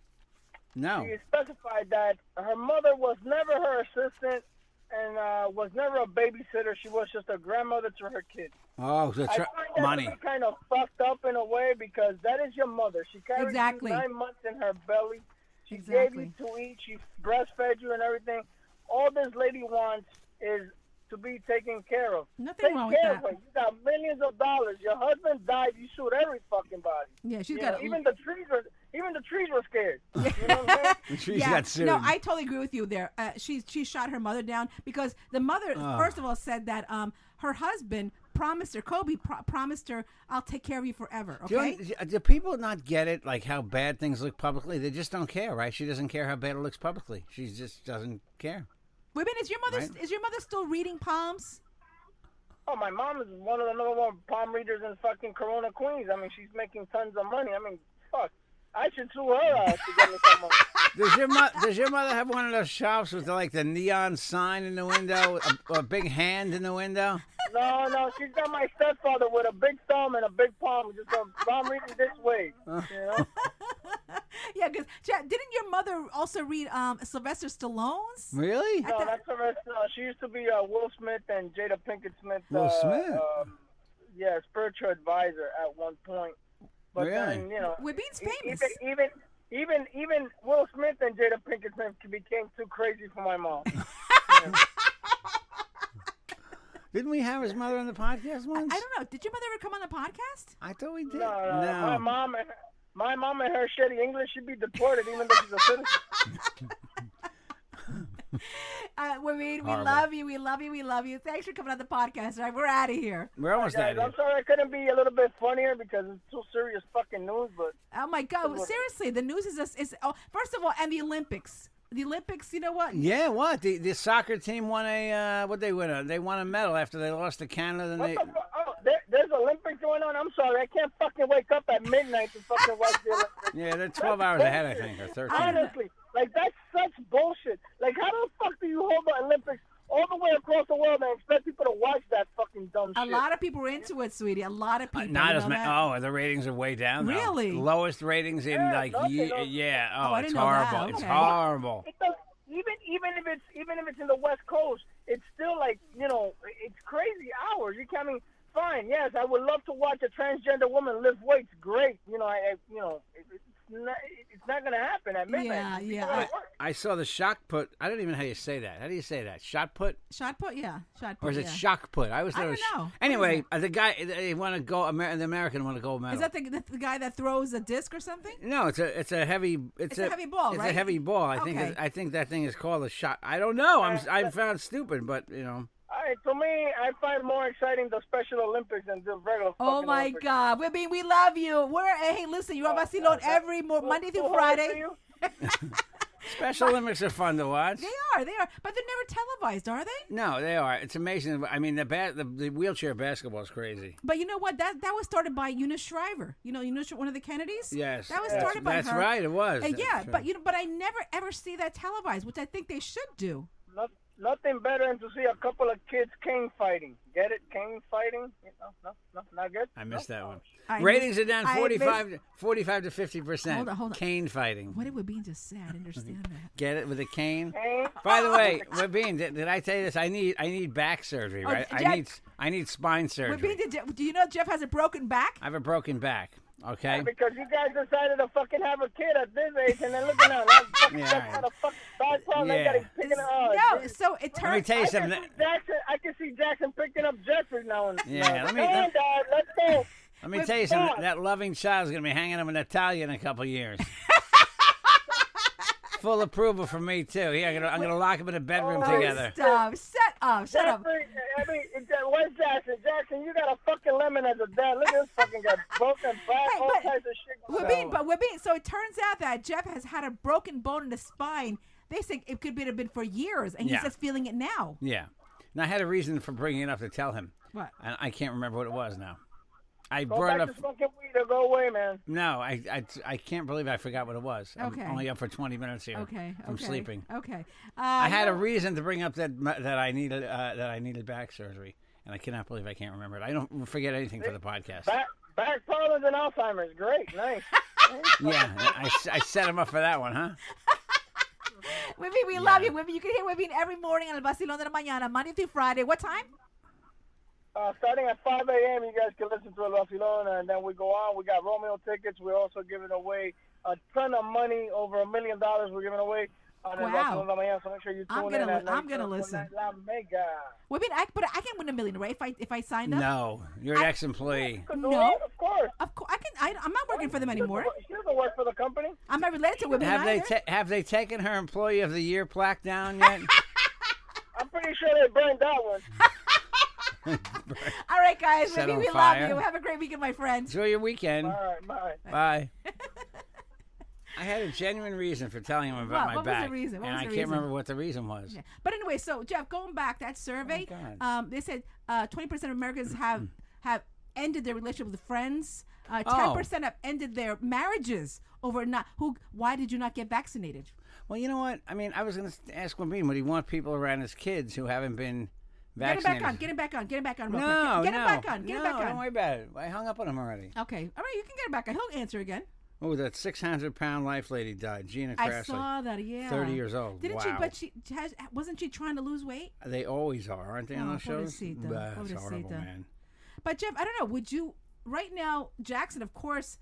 [SPEAKER 1] No.
[SPEAKER 3] she specified that her mother was never her assistant and uh, was never a babysitter. She was just a grandmother to her kids.
[SPEAKER 1] Oh, the
[SPEAKER 3] I
[SPEAKER 1] tr-
[SPEAKER 3] find that
[SPEAKER 1] money.
[SPEAKER 3] to be kind of fucked up in a way because that is your mother. She carried
[SPEAKER 2] Exactly.
[SPEAKER 3] you nine months in her belly. She
[SPEAKER 2] Exactly.
[SPEAKER 3] gave you to eat. She breastfed you and everything. All this lady wants is to be taken care of.
[SPEAKER 2] Nothing
[SPEAKER 3] Take
[SPEAKER 2] wrong with
[SPEAKER 3] care
[SPEAKER 2] that.
[SPEAKER 3] Of her. You got millions of dollars. Your husband died. You sued every fucking body.
[SPEAKER 2] Yeah, she's
[SPEAKER 3] You
[SPEAKER 2] got
[SPEAKER 3] know,
[SPEAKER 2] a-
[SPEAKER 3] even the trees were even the trees were scared. You know what I'm saying?
[SPEAKER 1] She's
[SPEAKER 2] yeah.
[SPEAKER 1] got sued.
[SPEAKER 2] No, I totally agree with you there. Uh, she she shot her mother down because the mother
[SPEAKER 1] Oh.
[SPEAKER 2] first of all said that um her husband promised her Kobe pro- promised her I'll take care of you forever.
[SPEAKER 1] do, you-
[SPEAKER 2] Okay.
[SPEAKER 1] do people not get it, like how bad things look publicly? They just don't care, right? She doesn't care how bad it looks publicly. She just doesn't care.
[SPEAKER 2] Women, is your mother
[SPEAKER 1] Right.
[SPEAKER 2] is your mother still reading palms?
[SPEAKER 3] Oh, my mom is one of the number one palm readers in fucking Corona Queens. I mean, she's making tons of money. I mean, fuck. I should sue her ass to get me some money.
[SPEAKER 1] Does your, mo- does your mother have one of those shops with like the neon sign in the window, a, a big hand in the window?
[SPEAKER 3] No, no, she's got my stepfather with a big thumb and a big palm, just a palm reading this way.
[SPEAKER 1] Uh.
[SPEAKER 3] You know?
[SPEAKER 2] Yeah, because didn't your mother also read um Sylvester Stallone's?
[SPEAKER 1] Really?
[SPEAKER 3] No, that's her. rest- Uh, she used to be uh, Will Smith and Jada Pinkett Smith.
[SPEAKER 1] Will
[SPEAKER 3] uh,
[SPEAKER 1] Smith?
[SPEAKER 3] Um, yeah, spiritual advisor at one point. But then,
[SPEAKER 1] Really?
[SPEAKER 3] you know,
[SPEAKER 2] Webin's
[SPEAKER 3] e-
[SPEAKER 2] famous.
[SPEAKER 3] Even, even, even, even Will Smith and Jada Pinkett Smith became too crazy for my mom.
[SPEAKER 1] Didn't we have his mother on the podcast once?
[SPEAKER 2] I don't know. Did your mother ever come on the podcast?
[SPEAKER 1] I thought we did.
[SPEAKER 3] No, no, no. My mom and my mom and her shitty English should be deported, even though she's a citizen.
[SPEAKER 2] Uh, Wahid, we
[SPEAKER 1] Horrible.
[SPEAKER 2] love you. We love you. We love you. Thanks for coming on the podcast. All right, we're out of here.
[SPEAKER 1] We're almost out
[SPEAKER 3] Guys,
[SPEAKER 1] of
[SPEAKER 3] I'm
[SPEAKER 1] here.
[SPEAKER 3] sorry I couldn't be a little bit funnier because it's too serious fucking news, but
[SPEAKER 2] Oh my God! Seriously, the news is is oh, first of all, and the Olympics. The Olympics. You know what?
[SPEAKER 1] Yeah, what the the soccer team won a uh, what they win a they won a medal after they lost to Canada. And
[SPEAKER 3] what
[SPEAKER 1] they
[SPEAKER 3] the fuck? Oh, there, there's Olympics going on. I'm sorry, I can't fucking wake up at midnight to fucking watch the Olympics.
[SPEAKER 1] yeah, they're twelve hours ahead, I think, or thirteen.
[SPEAKER 3] Honestly, like that's such bullshit. Like, how the fuck do you hold the Olympics all the way across the world and expect people to watch that fucking dumb
[SPEAKER 2] A
[SPEAKER 3] shit?
[SPEAKER 2] lot of people were into it, sweetie. A lot of
[SPEAKER 1] Uh,
[SPEAKER 2] people.
[SPEAKER 1] Not
[SPEAKER 2] you
[SPEAKER 1] as
[SPEAKER 2] know
[SPEAKER 1] many.
[SPEAKER 2] that?
[SPEAKER 1] Oh, the ratings are way down. though.
[SPEAKER 2] Really?
[SPEAKER 1] Lowest ratings in
[SPEAKER 3] Yeah,
[SPEAKER 1] like
[SPEAKER 3] nothing
[SPEAKER 1] ye-
[SPEAKER 3] else.
[SPEAKER 1] yeah. Oh,
[SPEAKER 2] Oh, I
[SPEAKER 1] it's
[SPEAKER 2] didn't know that.
[SPEAKER 1] horrible. It's
[SPEAKER 2] Okay.
[SPEAKER 1] horrible.
[SPEAKER 3] It does, even even if it's even if it's in the West Coast, it's still like you know it's crazy hours. You can't. I mean, fine, yes, I would love to watch a transgender woman lift weights. Great, you know, I, I you know, it, it's not it's not gonna happen at midnight.
[SPEAKER 2] Yeah, yeah.
[SPEAKER 3] People gotta
[SPEAKER 2] I-
[SPEAKER 3] work.
[SPEAKER 1] I saw the shock put. I don't even know how you say that. How do you say that? Shot put.
[SPEAKER 2] Shot put. Yeah, shot put.
[SPEAKER 1] oh. Or is it
[SPEAKER 2] yeah.
[SPEAKER 1] shock put? I always
[SPEAKER 2] I
[SPEAKER 1] thought it
[SPEAKER 2] don't
[SPEAKER 1] was. sh-
[SPEAKER 2] know. What is
[SPEAKER 1] Anyway,
[SPEAKER 2] it?
[SPEAKER 1] uh, the guy, they want to go, Amer- the American want to gold medal.
[SPEAKER 2] Is that the, the, the guy that throws a disc or something?
[SPEAKER 1] No, it's a it's a heavy it's,
[SPEAKER 2] It's a heavy ball,
[SPEAKER 1] It's a
[SPEAKER 2] right?
[SPEAKER 1] heavy ball. I think
[SPEAKER 2] Okay.
[SPEAKER 1] it's, I think that thing is called a shot. I don't know. I'm
[SPEAKER 3] Uh,
[SPEAKER 1] I found stupid, but you know.
[SPEAKER 3] All right, to me, I find more exciting the Special Olympics than the regular.
[SPEAKER 2] Oh
[SPEAKER 3] fucking
[SPEAKER 2] my
[SPEAKER 3] Olympics.
[SPEAKER 2] God! We mean, we love you. We're hey, listen, you're on Vacilon every mo-
[SPEAKER 3] Who-
[SPEAKER 2] Monday
[SPEAKER 3] who
[SPEAKER 2] through
[SPEAKER 3] hurt
[SPEAKER 2] Friday.
[SPEAKER 3] you?
[SPEAKER 1] Special Olympics are fun to watch.
[SPEAKER 2] They are, they are, but they're never televised, are they?
[SPEAKER 1] No, they are. It's amazing. I mean, the ba- the, the wheelchair basketball is crazy.
[SPEAKER 2] But you know what? That that was started by Eunice Shriver. You know, Eunice, one of the Kennedys.
[SPEAKER 1] Yes,
[SPEAKER 2] that was
[SPEAKER 1] that's-
[SPEAKER 2] started by
[SPEAKER 1] that's
[SPEAKER 2] her.
[SPEAKER 1] right, it was.
[SPEAKER 2] And yeah,
[SPEAKER 1] That's
[SPEAKER 2] but
[SPEAKER 1] right.
[SPEAKER 2] you know, but I never ever see that televised, which I think they should do.
[SPEAKER 3] Not, nothing better than to see a couple of kids cane fighting. Get it? Cane fighting? You know, no, no, not good.
[SPEAKER 1] I missed
[SPEAKER 3] No?
[SPEAKER 1] that one.
[SPEAKER 2] I
[SPEAKER 1] Ratings
[SPEAKER 2] miss-
[SPEAKER 1] are down
[SPEAKER 2] I miss-
[SPEAKER 1] 45, to- 45 to fifty percent.
[SPEAKER 2] Hold on, hold on.
[SPEAKER 1] Cane fighting.
[SPEAKER 2] What it would be just sad. I didn't understand that.
[SPEAKER 1] Get it with a cane.
[SPEAKER 3] Cane?
[SPEAKER 1] By the way, Wabine, did, did I tell you this? I need I need back surgery.
[SPEAKER 2] Oh,
[SPEAKER 1] Right? I
[SPEAKER 2] Jack-
[SPEAKER 1] need I need spine surgery.
[SPEAKER 2] Would be the Je- do you know Jeff has a broken back?
[SPEAKER 1] I have a broken back. Okay.
[SPEAKER 3] Because you guys decided to fucking have a kid at this age, and then look at that.
[SPEAKER 1] Yeah,
[SPEAKER 3] That's not a fucking bad problem. They
[SPEAKER 1] Yeah.
[SPEAKER 3] got it picking up.
[SPEAKER 2] no, so it
[SPEAKER 1] Let me
[SPEAKER 2] turns.
[SPEAKER 1] tell you
[SPEAKER 3] I can,
[SPEAKER 1] something.
[SPEAKER 3] see Jackson, I can see Jackson picking up Jeffrey now and
[SPEAKER 1] Yeah,
[SPEAKER 3] now.
[SPEAKER 1] let me-
[SPEAKER 3] Hey,
[SPEAKER 1] let-
[SPEAKER 3] Dad, let's go.
[SPEAKER 1] Let me
[SPEAKER 3] With
[SPEAKER 1] tell you something.
[SPEAKER 3] God.
[SPEAKER 1] That loving child's going to be hanging up in Natalia in a couple years. Full approval from me too. Yeah, I'm gonna, I'm gonna lock him in a bedroom
[SPEAKER 3] Oh,
[SPEAKER 1] together.
[SPEAKER 2] Stop! Shut up! Shut up!
[SPEAKER 3] Jeffrey, I mean, it's- uh, where's Jackson? Jackson, you got a fucking lemon as a dad. Look at this fucking guy, broken back,
[SPEAKER 2] Hey,
[SPEAKER 3] all
[SPEAKER 2] but-
[SPEAKER 3] types of shit. going
[SPEAKER 2] We're
[SPEAKER 3] on.
[SPEAKER 2] being, but we're being. So it turns out that Jeff has had a broken bone in his spine. They think it could be have been for years, and
[SPEAKER 1] Yeah.
[SPEAKER 2] he's just feeling it now.
[SPEAKER 1] Yeah. And I had a reason for bringing it up to tell him,
[SPEAKER 2] What?
[SPEAKER 1] and I can't remember what it was now. I
[SPEAKER 3] Go
[SPEAKER 1] brought it
[SPEAKER 3] back
[SPEAKER 1] up.
[SPEAKER 3] to smoking weed or go away, man.
[SPEAKER 1] No, I, I, I can't believe I forgot what it was.
[SPEAKER 2] Okay.
[SPEAKER 1] I'm only up for 20 minutes here.
[SPEAKER 2] Okay.
[SPEAKER 1] From
[SPEAKER 2] okay,
[SPEAKER 1] sleeping.
[SPEAKER 2] Okay. Uh,
[SPEAKER 1] I had a reason to bring up that m- that I needed uh, that I needed back surgery, and I cannot believe I can't remember it. I don't forget anything for the podcast.
[SPEAKER 3] Back, back problems and Alzheimer's. Great, nice.
[SPEAKER 1] Yeah, I, I set him up for that one, huh?
[SPEAKER 2] Wibby, we love you, Wibby. You can hear Wibby every morning on El Vacilón de la Mañana, Monday through Friday. What time?
[SPEAKER 3] Uh, starting at 5 a.m., you guys can listen to El Barcelona, and then we go on. We got Romeo tickets. We're also giving away a ton of money, over a million dollars. We're giving away on El
[SPEAKER 2] Wow.
[SPEAKER 3] Barcelona Mañana, so make sure you tune
[SPEAKER 2] I'm
[SPEAKER 3] in.
[SPEAKER 2] gonna
[SPEAKER 3] at
[SPEAKER 2] li- I'm
[SPEAKER 3] night.
[SPEAKER 2] gonna
[SPEAKER 3] Tune in
[SPEAKER 2] listen.
[SPEAKER 3] at La Mega.
[SPEAKER 2] Wibby, I, but I can win a million, right? If I if I signed up.
[SPEAKER 1] No, you're an ex-employee.
[SPEAKER 3] Could
[SPEAKER 2] No.
[SPEAKER 3] do it, of course.
[SPEAKER 2] Of course, I can. I, I'm not working for them
[SPEAKER 3] She
[SPEAKER 2] anymore.
[SPEAKER 3] doesn't work- She doesn't work for the company.
[SPEAKER 2] I'm not related to Wibby
[SPEAKER 1] Have
[SPEAKER 2] either.
[SPEAKER 1] they ta- have they taken her employee of the year plaque down yet?
[SPEAKER 3] I'm pretty sure they burned that one.
[SPEAKER 2] All right, guys.
[SPEAKER 1] Set
[SPEAKER 2] Wibby,
[SPEAKER 1] on
[SPEAKER 2] we
[SPEAKER 1] fire.
[SPEAKER 2] love you. Have a great weekend, my friend.
[SPEAKER 1] Enjoy your weekend.
[SPEAKER 3] All right, bye.
[SPEAKER 1] Bye. I had a genuine reason for telling him about
[SPEAKER 2] What-
[SPEAKER 1] my
[SPEAKER 2] what was the
[SPEAKER 1] back,
[SPEAKER 2] reason? What
[SPEAKER 1] and
[SPEAKER 2] was
[SPEAKER 1] I
[SPEAKER 2] the
[SPEAKER 1] can't
[SPEAKER 2] reason?
[SPEAKER 1] remember what the reason was.
[SPEAKER 2] Yeah. But anyway, so Jeff, going back that survey,
[SPEAKER 1] Oh God.
[SPEAKER 2] um, they said twenty percent of Americans have have ended their relationship with friends. Uh, Ten
[SPEAKER 1] Oh.
[SPEAKER 2] percent have ended their marriages over not who. Why did you not get vaccinated?
[SPEAKER 1] Well, you know what? I mean, I was going to ask Wabin, would he want people around his kids who haven't been
[SPEAKER 2] Get him back
[SPEAKER 1] vaccinated?
[SPEAKER 2] on. Get him back on. Get him back on. Real
[SPEAKER 1] no,
[SPEAKER 2] quick. Get
[SPEAKER 1] no,
[SPEAKER 2] him back on. Get
[SPEAKER 1] no,
[SPEAKER 2] him back
[SPEAKER 1] Don't
[SPEAKER 2] on.
[SPEAKER 1] worry about it. I hung up on him already.
[SPEAKER 2] Okay. All right. You can get him back on. He'll answer again.
[SPEAKER 1] Oh, that 600 pound life lady died, Gina
[SPEAKER 2] I
[SPEAKER 1] Krasley.
[SPEAKER 2] saw that. Yeah.
[SPEAKER 1] 30 years old.
[SPEAKER 2] Didn't
[SPEAKER 1] wow.
[SPEAKER 2] she? But she has, wasn't she trying to lose weight?
[SPEAKER 1] They always are, aren't they, on
[SPEAKER 2] Oh,
[SPEAKER 1] those shows?
[SPEAKER 2] pobrecita,
[SPEAKER 1] Bah, it's horrible,
[SPEAKER 2] pobrecita.
[SPEAKER 1] man.
[SPEAKER 2] But Jeff, I don't know. Would you right now, Jackson? Of course,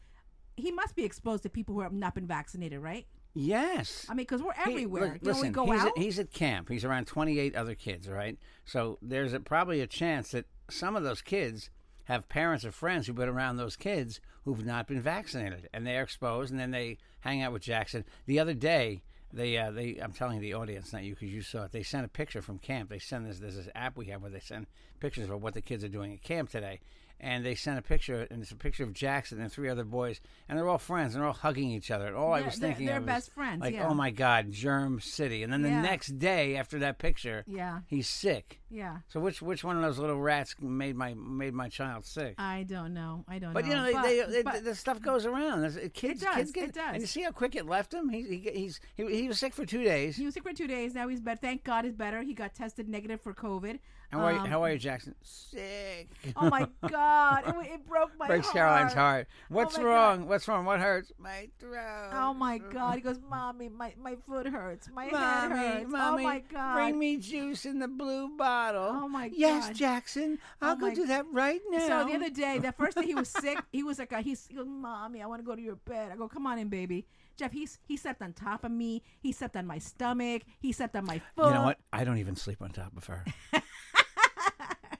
[SPEAKER 2] he must be exposed to people who have not been vaccinated, right?
[SPEAKER 1] Yes.
[SPEAKER 2] I mean, because we're
[SPEAKER 1] He-
[SPEAKER 2] everywhere.
[SPEAKER 1] look,
[SPEAKER 2] Don't we
[SPEAKER 1] listen,
[SPEAKER 2] go
[SPEAKER 1] he's,
[SPEAKER 2] out?
[SPEAKER 1] At, he's at camp. He's around 28 other kids, all right? So there's a, probably a chance that some of those kids have parents or friends who've been around those kids who've not been vaccinated, and they're exposed, and then they hang out with Jackson. The other day, they, uh, they, I'm telling the audience, not you, because you saw it. They sent a picture from camp. They send this. There's this app we have where they send pictures of what the kids are doing at camp today. And they sent a picture, and it's a picture of Jackson and three other boys, and they're all friends, and they're all hugging each other. And all I
[SPEAKER 2] They're-
[SPEAKER 1] was
[SPEAKER 2] they're-
[SPEAKER 1] thinking,
[SPEAKER 2] they're
[SPEAKER 1] of is,
[SPEAKER 2] best friends,
[SPEAKER 1] Like,
[SPEAKER 2] yeah.
[SPEAKER 1] oh my God, Germ City. And then the
[SPEAKER 2] Yeah.
[SPEAKER 1] next day after that picture,
[SPEAKER 2] Yeah.
[SPEAKER 1] he's sick.
[SPEAKER 2] yeah.
[SPEAKER 1] So which which one of those little rats made my made my child sick?
[SPEAKER 2] I don't know. I don't
[SPEAKER 1] but
[SPEAKER 2] know.
[SPEAKER 1] you know, they,
[SPEAKER 2] Oh, But-
[SPEAKER 1] they, they,
[SPEAKER 2] but-
[SPEAKER 1] the stuff goes around. There's- Kids,
[SPEAKER 2] does,
[SPEAKER 1] kids get
[SPEAKER 2] it does.
[SPEAKER 1] And you see how quick it left him? He, he he's he, he was sick for two days.
[SPEAKER 2] He was sick for two days. Now he's better. Thank God he's better. He got tested negative for COVID.
[SPEAKER 1] How are you,
[SPEAKER 2] Um,
[SPEAKER 1] how are you, Jackson? Sick.
[SPEAKER 2] Oh my God! It, w- it broke my
[SPEAKER 1] Breaks
[SPEAKER 2] heart.
[SPEAKER 1] Caroline's heart. What's
[SPEAKER 2] Oh, my God.
[SPEAKER 1] wrong? What's wrong? What hurts? My throat.
[SPEAKER 2] Oh my God! He goes, "Mommy, my, my foot hurts. My
[SPEAKER 1] uh-huh. Mommy,
[SPEAKER 2] head hurts.
[SPEAKER 1] mommy,
[SPEAKER 2] oh my God!
[SPEAKER 1] bring me juice in the blue bottle.
[SPEAKER 2] Oh, my
[SPEAKER 1] Yes,
[SPEAKER 2] God.
[SPEAKER 1] Jackson, I'll
[SPEAKER 2] Oh,
[SPEAKER 1] go
[SPEAKER 2] my-
[SPEAKER 1] do that right now.
[SPEAKER 2] So the other day, the first day he was sick, he was like, uh, he's, he goes, "Mommy, I want to go to your bed." I go, "Come on in, baby." Jeff, he's he slept on top of me. He slept on my stomach. He slept on my foot.
[SPEAKER 1] You know what? I don't even sleep on top of her.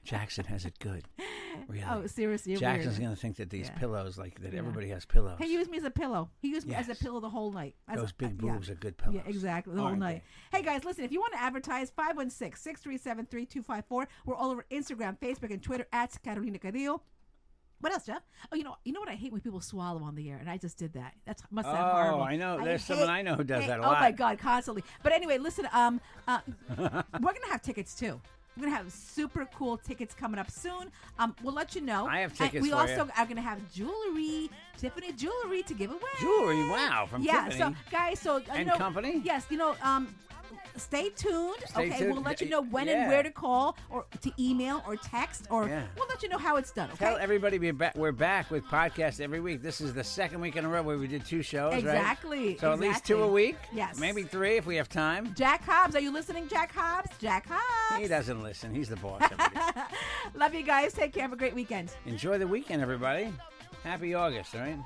[SPEAKER 1] Jackson has it good. Really.
[SPEAKER 2] Oh, seriously, you're
[SPEAKER 1] Jackson's
[SPEAKER 2] weird.
[SPEAKER 1] going to think that these
[SPEAKER 2] Yeah.
[SPEAKER 1] pillows, like that everybody has pillows.
[SPEAKER 2] He used me as a pillow. He used me as
[SPEAKER 1] Yes.
[SPEAKER 2] a pillow the whole night. As
[SPEAKER 1] Those
[SPEAKER 2] a-
[SPEAKER 1] big
[SPEAKER 2] yeah.
[SPEAKER 1] boobs are good pillows.
[SPEAKER 2] Yeah, exactly. The whole
[SPEAKER 1] Aren't
[SPEAKER 2] night. Hey, guys, listen, if you want to advertise, 516 637 3254. We're all over Instagram, Facebook, and Twitter at Carolina Cadillo. What else, Jeff? Oh, you know, you know what I hate when people swallow on the air, and I just did that. That's must sound
[SPEAKER 1] Oh,
[SPEAKER 2] horrible.
[SPEAKER 1] I know. There's someone I know who does that a
[SPEAKER 2] Oh my
[SPEAKER 1] lot.
[SPEAKER 2] god, constantly. But anyway, listen. Um, uh, we're gonna have tickets too. We're gonna have super cool tickets coming up soon. Um, we'll let you know.
[SPEAKER 1] I have
[SPEAKER 2] And
[SPEAKER 1] tickets
[SPEAKER 2] we
[SPEAKER 1] for
[SPEAKER 2] also
[SPEAKER 1] you.
[SPEAKER 2] are gonna have jewelry, Tiffany jewelry to give away.
[SPEAKER 1] Jewelry, wow, from
[SPEAKER 2] yeah.
[SPEAKER 1] Tiffany.
[SPEAKER 2] So guys, so uh, you
[SPEAKER 1] And
[SPEAKER 2] know-
[SPEAKER 1] company?
[SPEAKER 2] Yes, you know. Um, stay tuned.
[SPEAKER 1] Stay
[SPEAKER 2] okay,
[SPEAKER 1] tuned.
[SPEAKER 2] we'll let you know when
[SPEAKER 1] Yeah.
[SPEAKER 2] and where to call or to email or text or
[SPEAKER 1] Yeah.
[SPEAKER 2] we'll let you know how it's done. Okay.
[SPEAKER 1] Tell everybody we're back, we're back with podcasts every week. This is the second week in a row where we did two shows, right?
[SPEAKER 2] Exactly,
[SPEAKER 1] So at least two a
[SPEAKER 2] exactly.
[SPEAKER 1] week.
[SPEAKER 2] Yes.
[SPEAKER 1] Maybe three if we have time.
[SPEAKER 2] Jack Hobbs, are you listening, Jack Hobbs? Jack Hobbs.
[SPEAKER 1] He doesn't listen. He's the boss. everybody.
[SPEAKER 2] Love you guys. Take care. Have a great weekend.
[SPEAKER 1] Enjoy the weekend, everybody. Happy August, all right?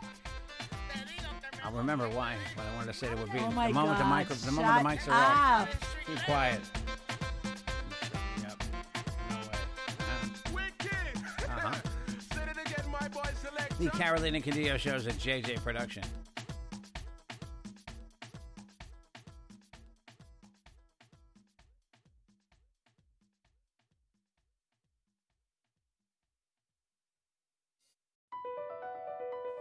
[SPEAKER 1] I'll remember why, but I wanted to say that we're being
[SPEAKER 2] Oh my
[SPEAKER 1] the moment
[SPEAKER 2] God.
[SPEAKER 1] the mic the moment the
[SPEAKER 2] Shut
[SPEAKER 1] mics are
[SPEAKER 2] up.
[SPEAKER 1] off. Be quiet. Yep. No way. Uh-huh. Uh-huh. The Carolina Cadillo shows at JJ Production.